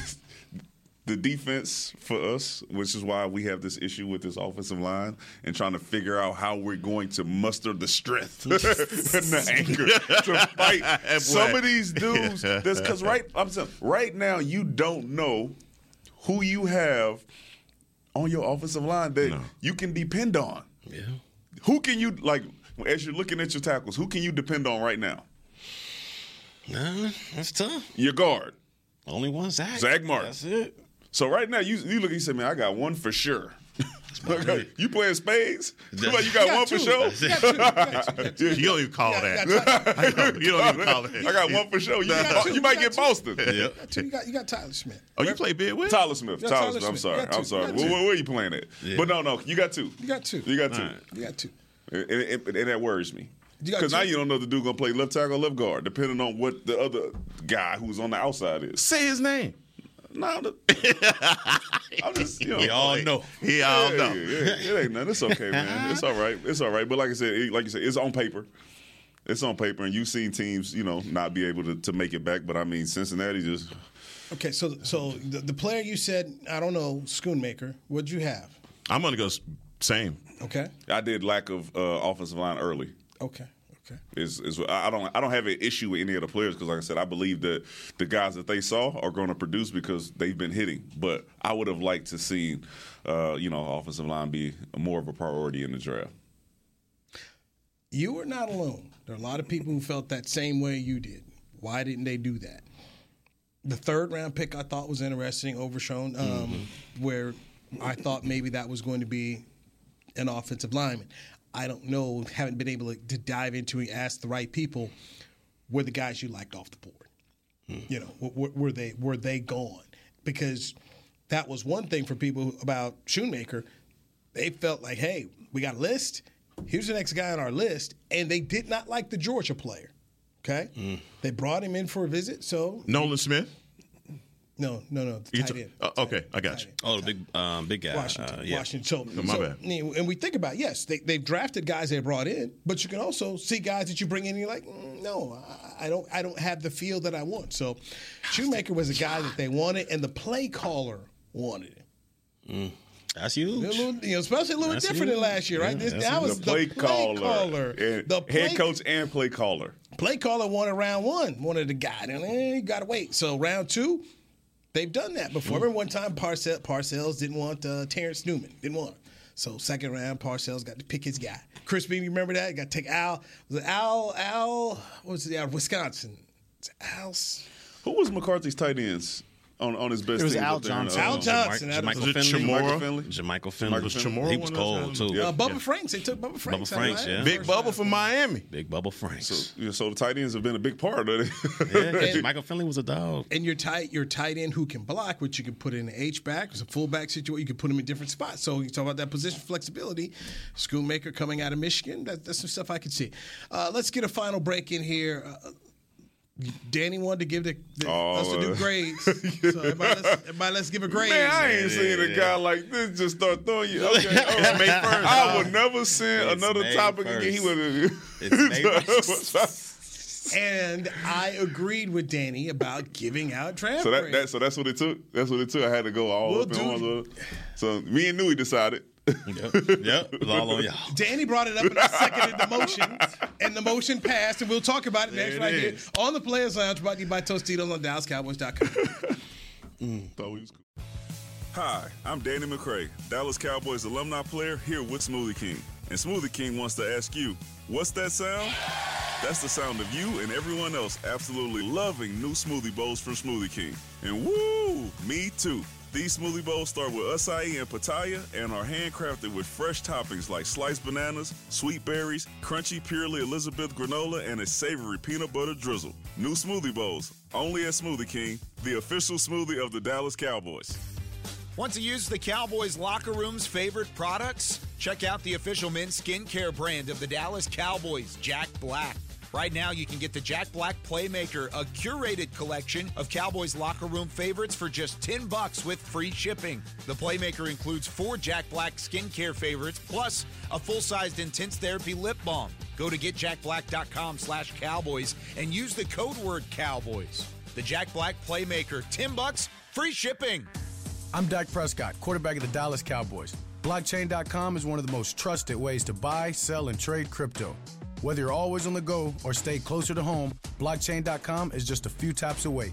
S2: the defense for us, which is why we have this issue with this offensive line and trying to figure out how we're going to muster the strength *laughs* and the anger to fight
S4: Boy.
S2: some of these dudes. That's because right, I'm saying right now you don't know who you have on your offensive line that you can depend on.
S3: Yeah.
S2: Who can you like as you're looking at your tackles? Who can you depend on right now?
S3: Nah, that's tough.
S2: Your guard.
S3: Only one Zach.
S2: Zach Martin.
S3: That's it.
S2: So right now you you look you say, man, I got one for sure. *laughs* Okay, you playing spades? You
S4: *laughs*
S2: like you got,
S4: You got
S2: one
S4: two.
S2: for sure.
S4: You got two. You got two. You don't even call that. *laughs* You don't even call that.
S2: *laughs* I got one for sure. You,
S4: Nah.
S2: you might get Boston.
S1: Two, you got you got Tyler Smith.
S2: Oh,
S4: you play big with
S2: Tyler Smith.
S1: Yeah,
S2: Tyler,
S1: Tyler
S2: Smith. I'm
S1: Smith. You
S2: sorry.
S1: got
S2: I'm
S1: two.
S2: sorry.
S1: You
S2: Where,
S1: got two.
S2: where- where you playing at?
S1: Yeah.
S2: But no, no, you got two. You
S1: got two.
S2: You got two.
S1: You got two.
S2: And, and- and- and that worries me.
S1: You got
S2: Because
S1: two.
S2: now you don't know if the dude gonna play left tackle, or left guard, depending on what the other guy who's on the outside is.
S4: Say his name.
S2: No, the- I'm just, you know,
S3: We all know.
S4: We all know.
S2: yeah, yeah. it ain't nothing. It's okay, man. It's all right. It's all right. But like I said, it- like you said, it's on paper. It's on paper, and you've seen teams, you know, not be able to, to make it back. But I mean, Cincinnati just
S1: Okay, so so the, the player you said I don't know Schoonmaker. What'd you have?
S4: I'm gonna go s- same.
S1: Okay.
S2: I did lack of uh, offensive line early.
S1: Okay.
S2: Is is I I don't I don't have an issue with any of the players because like I said I believe that the guys that they saw are going to produce because they've been hitting. But I would have liked to see, uh, you know, offensive line be more of a priority in the draft.
S1: You were not alone. There are a lot of people who felt that same way you did. Why didn't they do that? The third round pick I thought was interesting, Overshone, um, where I thought maybe that was going to be an offensive lineman. I don't know, haven't been able to dive into and ask the right people were the guys you liked off the board. You know, were, were- were they were they gone? Because that was one thing for people about Shoemaker. They felt like, hey, we got a list. Here's the next guy on our list, and they did not like the Georgia player. Okay,
S4: Mm.
S1: they brought him in for a visit. So
S4: Nolan Smith.
S1: no, no, no, the
S4: You
S1: tight
S4: t-
S1: end.
S4: uh, okay, I got you.
S3: Oh, the big, um, big guy.
S1: Washington.
S3: Uh, yeah.
S1: Washington. So,
S3: My
S1: so-
S3: bad.
S1: And we think about yes, they, they've drafted guys they brought in, but you can also see guys that you bring in. and You're like, "Mm, no, I, I don't. I don't have the feel that I want. So, Shoemaker was a guy that they wanted, and the play caller wanted him.
S3: Mm. That's huge.
S1: A little, you know, especially a little
S3: That's
S1: different than
S3: huge.
S1: last year, right?
S3: Yeah,
S1: This,
S3: that's
S1: that
S3: huge.
S1: was the play, caller.
S2: and
S1: The play,
S2: head coach and play caller.
S1: play caller wanted round one, wanted the guy. And eh, you got to wait. So round two, they've done that before. Remember one time Parcell, Parcells didn't want uh, Terrence Newman, didn't want him. So second round, Parcells got to pick his guy. Chris Bean, you remember that? Got to take Al. Was it Al? Al? What was it? Out of Wisconsin. It's Al.
S2: Who was McCarthy's tight ends on, on his best?
S1: It was
S2: team Uh,
S1: Al
S2: up there in,
S1: Johnson. Al Johnson, that was-
S3: Jermichael
S1: Was it
S3: Finley.
S1: Chamorro?
S3: Jermichael Finley.
S2: Was Chamorro
S3: He
S2: one
S3: was
S2: of those
S3: cold,
S2: guys?
S3: too.
S1: Uh, Bubba Franks. They took Bubba
S3: Bubba
S1: Franks. out of
S3: Franks,
S1: Miami.
S3: yeah.
S1: First
S4: Bubba from Miami.
S3: Big Bubba Franks.
S2: Yeah, so the tight ends have been a big part of it. *laughs*
S3: yeah, Michael Finley was a dog.
S1: And your tight, your tight end who can block, which you can put in an H back, it's a fullback situation. You can put him in different spots. So you talk about that position flexibility. Schoonmaker coming out of Michigan. That, that's some stuff I could see. Uh, let's get a final break in here. Uh, Danny wanted to give the, the,
S2: Oh,
S1: us to do
S2: uh, *laughs*
S1: grades. So everybody let's, everybody let's give a grade.
S2: Man, I ain't
S1: Yeah,
S2: seen a
S1: yeah,
S2: guy
S1: yeah.
S2: like this just start throwing you.
S1: *laughs*
S2: Okay, all right. I will never send
S3: It's
S2: another
S3: May
S2: topic again. He
S3: first.
S2: would. *laughs*
S3: It's
S1: And I agreed with Danny about giving out draft
S2: So that,
S1: grades.
S2: that so that's what it took. That's what it took. I had to go all
S1: We'll
S2: up
S1: do-
S2: in one. little- So me and Nui decided.
S3: Yep, yep. It's all on y'all.
S1: Danny brought it up and I seconded the motion, and the motion passed, and we'll talk about it next
S3: There it
S1: right here
S3: is.
S1: on the Players Lounge, brought to you by Tostitos on DallasCowboys.com.
S2: Hi, I'm Danny McCray, Dallas Cowboys alumni player here with Smoothie King. And Smoothie King wants to ask you, what's that sound? That's the sound of you and everyone else absolutely loving new smoothie bowls from Smoothie King. And woo, me too. These smoothie bowls start with acai and pitaya and are handcrafted with fresh toppings like sliced bananas, sweet berries, crunchy purely Elizabeth granola, and a savory peanut butter drizzle. New smoothie bowls, only at Smoothie King, the official smoothie of the Dallas Cowboys.
S7: Want to use the Cowboys locker room's favorite products? Check out the official men's skincare brand of the Dallas Cowboys, Jack Black. Right now, you can get the Jack Black Playmaker, a curated collection of Cowboys locker room favorites for just 10 bucks with free shipping. The Playmaker includes four Jack Black skincare favorites, plus a full-sized intense therapy lip balm. Go to getjackblack.com slash cowboys and use the code word cowboys. The Jack Black Playmaker, 10 bucks, free shipping.
S8: I'm Dak Prescott, quarterback of the Dallas Cowboys. Blockchain.com is one of the most trusted ways to buy, sell, and trade crypto. Whether you're always on the go or stay closer to home, blockchain.com is just a few taps away.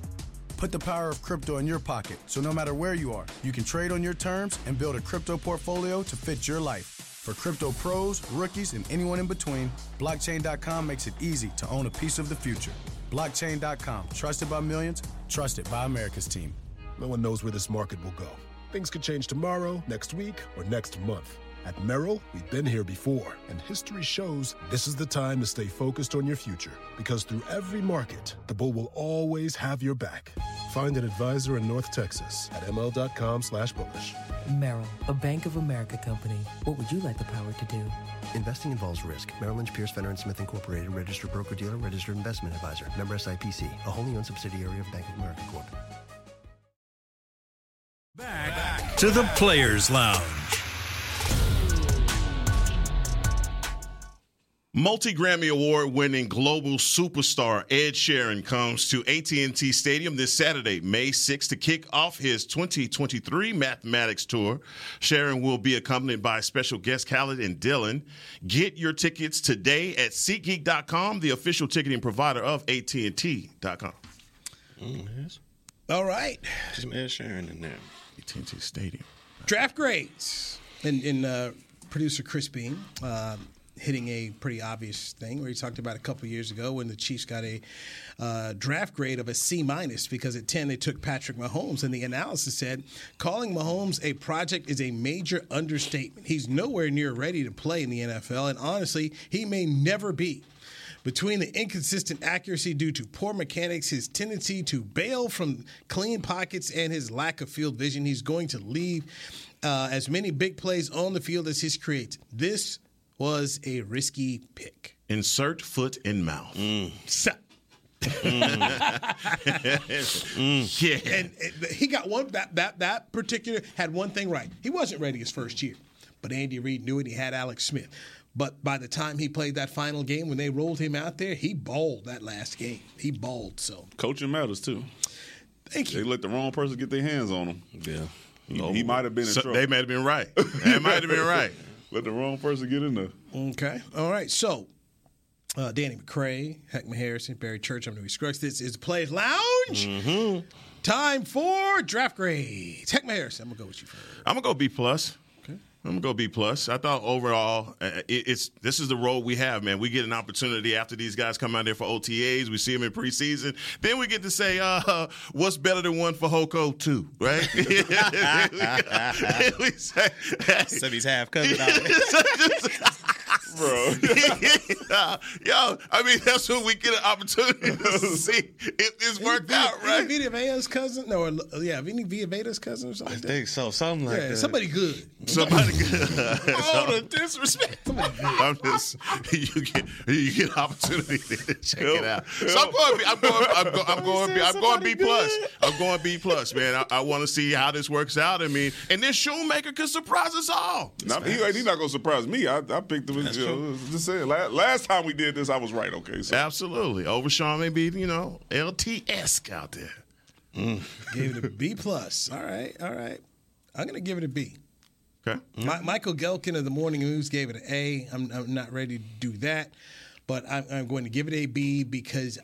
S8: Put the power of crypto in your pocket so no matter where you are, you can trade on your terms and build a crypto portfolio to fit your life. For crypto pros, rookies, and anyone in between, blockchain.com makes it easy to own a piece of the future. Blockchain.com, trusted by millions, trusted by America's team.
S9: No one knows where this market will go. Things could change tomorrow, next week, or next month. At Merrill, we've been here before, and history shows this is the time to stay focused on your future because through every market, the bull will always have your back. Find an advisor in North Texas at ml.com slash bullish.
S10: Merrill, a Bank of America company. What would you like the power to do?
S11: Investing involves risk. Merrill Lynch, Pierce, Fenner & Smith Incorporated, registered broker-dealer, registered investment advisor, member SIPC, a wholly owned subsidiary of Bank of America Corp.
S6: to the Players Lounge.
S4: Multi Grammy Award winning global superstar Ed Sheeran comes to AT&T Stadium this Saturday, May 6th, to kick off his 2023 Mathematics Tour. Sheeran will be accompanied by special guest Khaled and Dylan. Get your tickets today at SeatGeek.com, the official ticketing provider of AT&T.com.
S3: Mm,
S1: All right.
S3: Just man Sharon in there.
S4: AT&T Stadium.
S1: Draft grades. And, and uh, producer Chris Bean uh, hitting a pretty obvious thing where he talked about a couple years ago when the Chiefs got a uh, draft grade of a C minus because at 10 they took Patrick Mahomes. And the analysis said calling Mahomes a project is a major understatement. He's nowhere near ready to play in the NFL. And honestly, he may never be. Between the inconsistent accuracy due to poor mechanics, his tendency to bail from clean pockets, and his lack of field vision, he's going to leave uh, as many big plays on the field as his creates. This was a risky pick.
S4: Insert foot in mouth.
S1: So-
S4: Yeah.
S1: And it- he got one that, that that particular had one thing right. He wasn't ready his first year, but Andy Reid knew it. He had Alex Smith. But by the time he played that final game, when they rolled him out there, he balled that last game. He balled. So
S2: Coaching matters too.
S1: Thank
S2: you. They let the wrong person get their hands on him.
S3: Yeah.
S2: He, he might have been in
S4: So-
S2: trouble.
S4: they might have been right. They might have been right.
S2: let the wrong person get in there.
S1: Okay. All right. So, uh, Danny McCray, Heckman Harrison, Barry Church, I'm Newey Scruggs. This is Players Lounge.
S3: Mm-hmm.
S1: Time for draft grades. Heckman Harrison, I'm going to go with you first.
S4: I'm gonna go B plus. I'm gonna go B plus. I thought overall, uh, it, it's this is the road we have, man. We get an opportunity after these guys come out there for OTAs. We see them in preseason. Then we get to say, uh, "What's better than one for Hoko two, right?" *laughs* we say,
S3: So he's half covered out *laughs* there.
S4: *laughs* bro. *laughs* yo, I mean that's when we get an opportunity to see if this worked out, right?
S1: Vita Veda's cousin? No, or, uh, yeah, Vinny Vita Veda's cousin or something like that?
S3: I think so. Something like
S1: yeah,
S3: that.
S1: somebody good.
S4: Somebody
S3: *laughs*
S4: good.
S3: Oh, the
S4: disrespect. I'm just you get you get an opportunity to check it out. So I'm going. B- I'm going. I'm going. I'm going, B, I'm going B plus. I'm going B plus, man. I, I want to see how this works out. I mean, and this shoemaker could surprise us all.
S2: Now, he, he's not gonna surprise me. I, I picked him. you know, just saying. Last, last time we did this, I was right. Okay, so
S4: Absolutely. Overshawn may be you know LT esque out there.
S1: Gave it a B plus. All right, all right. I'm gonna give it a B.
S4: Okay.
S1: Mi- Michael Gelkin of the Morning News gave it an A. I'm, I'm not ready to do that, but I'm, I'm going to give it a B because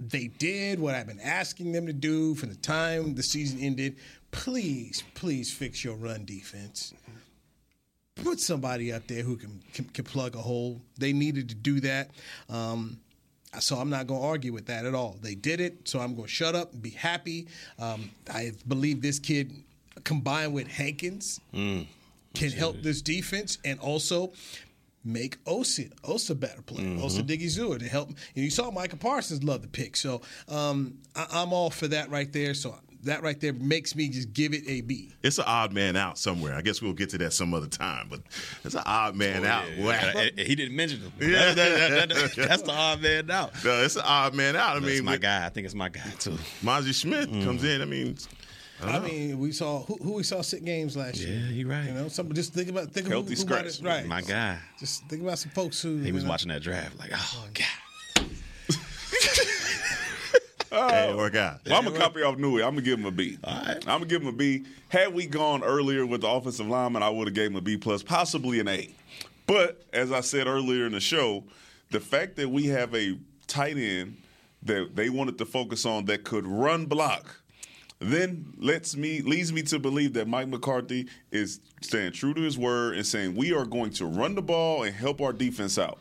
S1: they did what I've been asking them to do from the time the season ended. Please, please fix your run defense. Put somebody up there who can can, can plug a hole. They needed to do that. Um, so I'm not going to argue with that at all. They did it, so I'm going to shut up and be happy. Um, I believe this kid, combined with Hankins,
S3: Mm.
S1: can help this defense and also make Osa Osa better play. Osa Diggy Zua to help. And you saw Micah Parsons love the pick, so um, I, I'm all for that right there. So that right there makes me just give it a B.
S4: It's an odd man out somewhere. I guess we'll get to that some other time, but it's an odd man
S3: Oh,
S4: out.
S3: yeah,
S4: Wow.
S3: yeah. And- and he didn't mention them.
S4: *laughs* Yeah.
S3: That- that- that- that's the odd man out.
S4: No, it's an odd man out. I
S3: That's
S4: mean,
S3: my
S4: guy. I think it's Mm. my guy too. Mozzie Smith comes in. I mean, I,
S1: I,
S4: don't know.
S1: mean, we saw who, who we saw sick games last year. Yeah,
S3: you're right.
S1: You know, some just think about think
S3: Healthy
S1: of who, who might
S3: scratch.
S1: have- right?
S3: My guy.
S1: Just think about some folks who
S3: He
S1: you
S3: was
S1: know,
S3: watching that draft like, oh,
S4: Didn't work out.
S2: oh. Well, I'm gonna copy off Nui. I'm gonna give him a B. All right. I'm gonna give him a B. Had we gone earlier with the offensive lineman, I would have gave him a B plus, possibly an A. But as I said earlier in the show, the fact that we have a tight end that they wanted to focus on that could run block, then lets me leads me to believe that Mike McCarthy is staying true to his word and saying we are going to run the ball and help our defense out.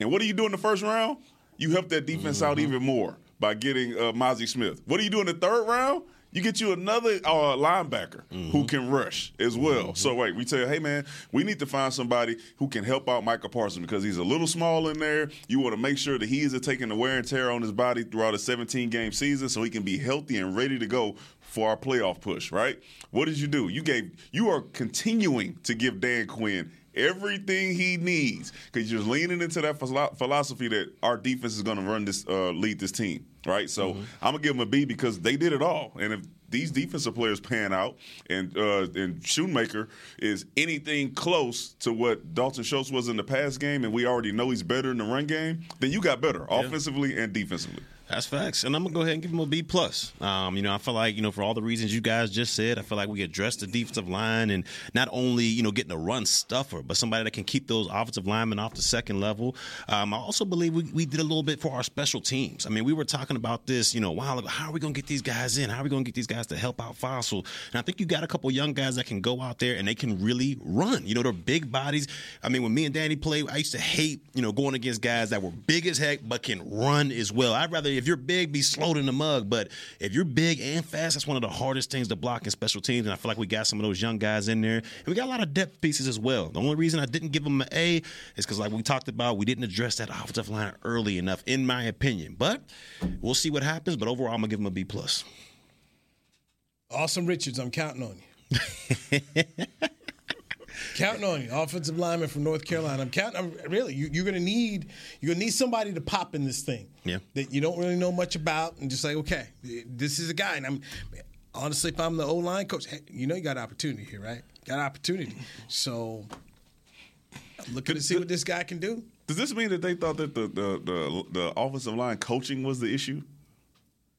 S2: And what do you do in the first round? You help that defense out even more by getting uh, Mozzie Smith. What do you do in the third round? You get you another uh, linebacker
S4: Mm-hmm.
S2: who can rush as well. So wait, we tell, hey man, we need to find somebody who can help out Michael Parsons because he's a little small in there. You want to make sure that he isn't taking the wear and tear on his body throughout a 17 game season, so he can be healthy and ready to go for our playoff push. Right? What did you do? You gave. You are continuing to give Dan Quinn everything he needs because you're leaning into that philo- philosophy that our defense is going to run this uh, lead this team right so i'm going to give them a b because they did it all and if these defensive players pan out and uh, and shoemaker is anything close to what dalton schultz was in the past game and we already know he's better in the run game then you got better offensively and defensively
S3: That's facts, and I'm gonna go ahead and give him a B plus. Um, you know, I feel like you know for all the reasons you guys just said, I feel like we addressed the defensive line and not only you know getting a run stuffer, but somebody that can keep those offensive linemen off the second level. Um, I also believe we, we did a little bit for our special teams. I mean, we were talking about this, you know, a while ago. How are we gonna get these guys in? How are we gonna get these guys to help out Fossil? And I think you got a couple young guys that can go out there and they can really run. You know, they're big bodies. I mean, when me and Danny played, I used to hate you know going against guys that were big as heck but can run as well. I'd rather if you're big be slowed in the mug, but if you're big and fast, that's one of the hardest things to block in special teams. And I feel like we got some of those young guys in there, and we got a lot of depth pieces as well. The only reason I didn't give them an A is because like we talked about, we didn't address that offensive line early enough, in my opinion. But we'll see what happens. But overall, I'm gonna give them a B plus.
S1: Awesome Richards, I'm counting on you.
S3: *laughs*
S1: counting on you, offensive lineman from North Carolina. I'm counting. I'm, really, you, you're gonna need you're gonna need somebody to pop in this thing
S3: Yeah.
S1: that you don't really know much about, and just like, okay, this is a guy. And I'm honestly, if I'm the O line coach, hey, you know, you got opportunity here, right? Got opportunity. So I'm looking to see what this guy can do.
S2: does this mean that they thought that the the the, the offensive line coaching was the issue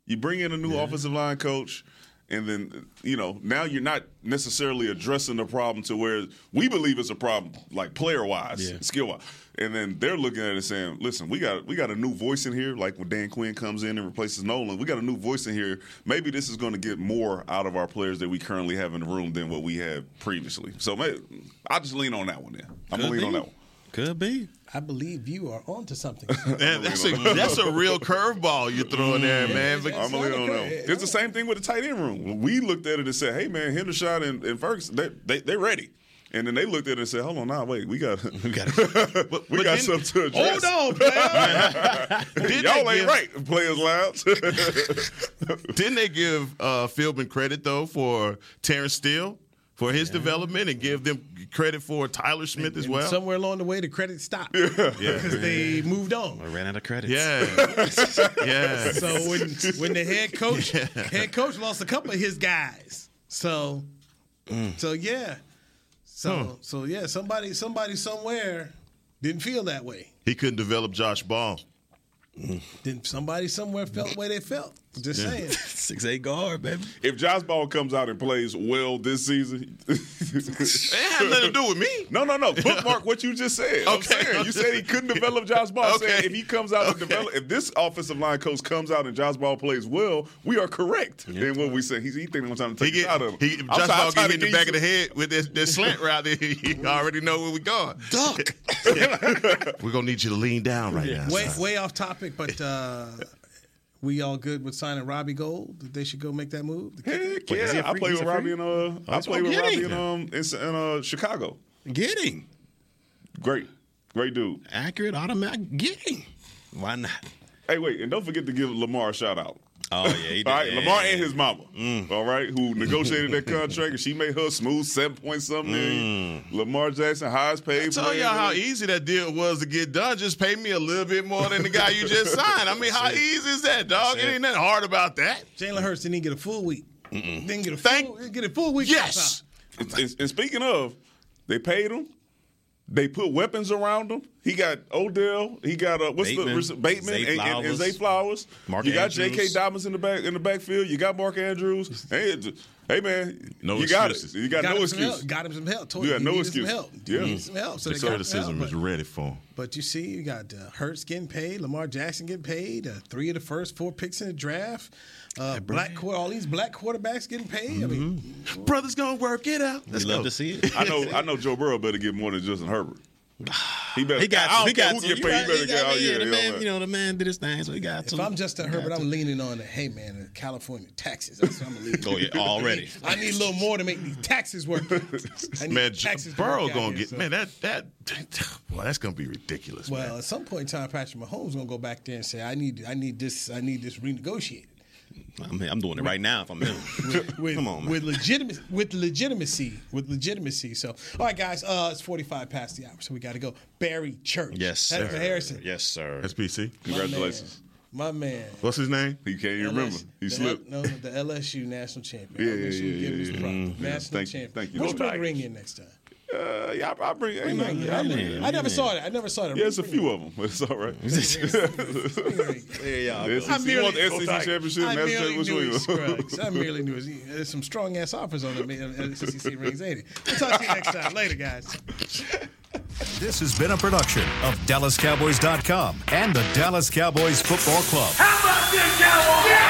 S2: you bring in a new offensive line coach and then you know now you're not necessarily addressing the problem to where we believe it's a problem like player wise
S3: Yeah.
S2: skill wise and then they're looking at it saying listen we got we got a new voice in here like when Dan Quinn comes in and replaces Nolan we got a new voice in here maybe this is going to get more out of our players that we currently have in the room than what we had previously so may I'll just lean on that one then I'm going
S3: Could
S2: to lean on
S3: be.
S2: that one
S3: Could be.
S1: I believe you are onto something.
S4: Man, that's a that's a real curveball you throw
S2: Mm-hmm.
S4: in there, man. But
S2: I'm really don't know. It's the same thing with the tight end room. We looked at it and said, "Hey, man, Hendershot and, and Ferguson, they, they they're ready." And then they looked at it and said, "Hold on, nah, wait, we
S4: *laughs*
S2: got we got *laughs* we got something to address."
S4: Hold on, player.
S2: *laughs*
S4: Didn't
S2: Y'all
S4: they
S2: ain't
S4: give-
S2: right, players lounge.
S4: Didn't they give uh, Philbin credit though for Terrence Steele for his development and give them credit for Tyler Smith as
S1: And
S4: well?
S1: somewhere along the way, the credit stopped because *laughs* they moved on.
S3: I ran out of credits.
S4: Yeah. yeah.
S1: So when when the head coach head coach lost a couple of his guys, so so yeah, so
S4: Hmm.
S1: so yeah, somebody somebody somewhere didn't feel that way.
S4: he couldn't develop Josh Ball.
S1: Then somebody somewhere felt the way they felt. Just
S2: Yeah.
S1: saying.
S3: *laughs* Six eight guard, baby.
S2: *laughs* If Josh Ball comes out and plays well this season, *laughs* it has
S4: nothing to do with me.
S2: No, no, no. Bookmark what you just said. I'm
S4: Okay.
S2: saying, you said he couldn't develop Josh Ball. I'm saying
S4: Okay.
S2: if he comes out and develop, if this offensive line coach comes out and Josh Ball plays well, we are correct in what we say. He's he thinking I'm trying to
S4: *laughs* He
S2: take us out
S4: get
S2: of him.
S4: he,
S2: I'm
S4: Josh
S2: try- I'm
S4: Ball
S2: trying to
S4: get hit in the
S2: give
S4: back
S2: you
S4: of the head with that, that slant route. there. *laughs* You already know where we going. Duck. *laughs* We're gonna need you to lean down right now.
S1: way
S4: son.
S1: way off topic, but uh, we all good with signing Robbie Gold. That They should go make that move. The kicker?
S2: some- Heck yeah, I played with Robbie in uh, I
S4: Oh,
S1: that's
S2: played
S1: what
S2: with
S1: I'm
S2: Robbie in
S1: getting.
S2: um in, s- in uh Chicago.
S3: Get him.
S2: Great, great dude.
S3: Accurate, automatic. Get him. Why not?
S2: Hey, wait, and don't forget to give Lamar a shout out.
S3: Oh yeah, he did.
S2: All right,
S3: yeah,
S2: Lamar
S3: yeah,
S2: and his mama.
S4: Mm.
S2: All right,
S4: *laughs*
S2: who negotiated that contract and she made her smooth seven point something. million. Lamar Jackson, highest paid.
S4: Tell
S2: player.
S4: Mm. y'all how easy that deal was to get done. Just pay me a little bit more than the guy you just signed. I mean, how
S1: That's it.
S4: easy is that, dog?
S1: That's
S4: It
S1: it.
S4: ain't nothing hard about that.
S1: Jalen Hurts didn't get a full week. Didn't get a full, get a full week. Yes.
S2: And, and- and speaking of, they paid him. They put weapons around him. He got Odell. He got uh, what's
S3: Bateman,
S2: the Bateman
S3: Zay
S2: and, and, and Zay
S3: Flowers,
S2: Flowers.
S3: Mark
S2: you got
S3: Andrews.
S2: J.K. Dobbins in the back in the backfield. You got Mark Andrews. Hey, it- hey man,
S4: No
S2: you got
S4: excuses.
S2: it. You got, no
S1: him some help.
S2: excuses.
S1: Got him some help. Told
S2: You
S1: him
S2: got
S1: he
S2: no
S1: needed some
S2: excuses.
S1: help. He
S2: Yeah.
S1: needed some help. So
S4: the
S1: they got some help,
S4: criticism is
S1: but-
S4: ready for him.
S1: But you see, you got uh, Hurts getting paid, Lamar Jackson getting paid, uh, three of the first four picks in the draft, uh, black quarter, all these black quarterbacks getting paid. I mean,
S4: brothers gonna work it out.
S2: Let's
S3: love
S2: go.
S3: to see it.
S2: *laughs* I know. I know. Joe Burrow better get more than Justin Herbert. He better.
S3: *laughs* He got.
S2: I
S3: to.
S2: don't care who
S3: He got. to.
S2: get
S3: You
S2: paid.
S3: right,
S2: He better
S3: he
S2: get
S3: got
S2: out.
S3: to.
S2: Yeah,
S3: Yeah, the
S2: yeah,
S3: man.
S2: man.
S3: You know, the man did his thing, so he got to.
S1: if I'm Justin Herbert, I'm leaning on the hey man, the California taxes. That's what I'm gonna leave. *laughs*
S3: Oh, yeah, already.
S1: I need a little more to make these taxes work. out. I need
S4: *laughs* Man,
S1: the taxes to
S4: Burrow
S1: work out
S4: gonna
S1: here,
S4: get
S1: so.
S4: man that that. *sighs* Well, that's gonna be ridiculous.
S1: Well, at some point in time, Patrick Mahomes gonna go back there and say, "I need, I need this, I need this renegotiated."
S3: I'm, I'm doing it right now. If I'm him.
S2: *laughs*
S1: with,
S3: Come on, man.
S1: with legitimacy, with legitimacy, with legitimacy. So, all right, guys, uh, it's forty-five past the hour, so we got to go. Barry Church,
S4: Yes, sir.
S1: Pastor Harrison,
S3: Yes, sir.
S4: SPC.
S2: Congratulations.
S1: my man.
S4: What's his name?
S2: He can't even remember. He
S1: The
S2: slipped.
S1: L- no, the LSU national champion.
S2: Yeah,
S1: I wish
S2: yeah,
S1: you would
S2: yeah,
S1: give him his
S2: yeah, yeah.
S1: props. National
S2: Thank you,
S1: champion.
S2: thank you.
S1: Which
S2: Go
S1: bring
S2: Tigers.
S1: ring in next time?
S2: Uh, yeah, I, I bring. Hey, man,
S1: ring,
S2: yeah, I,
S1: ring,
S2: bring-
S1: ring. I never saw that. I never saw that.
S2: Yeah, it's a
S1: *laughs*
S2: few of them, but it's all
S3: *laughs*
S2: right. *laughs*
S3: yeah,
S2: The SEC, you want the SEC championship,
S1: I
S2: national
S1: merely
S2: championship,
S1: knew it,
S2: which one you
S1: Scruggs. I merely knew it. There's some strong ass offers on the SEC rings, ain't it? We'll talk to you next time. Later, guys.
S12: This has been a production of DallasCowboys.com and the Dallas Cowboys Football Club.
S13: How about this, Cowboys? Yeah!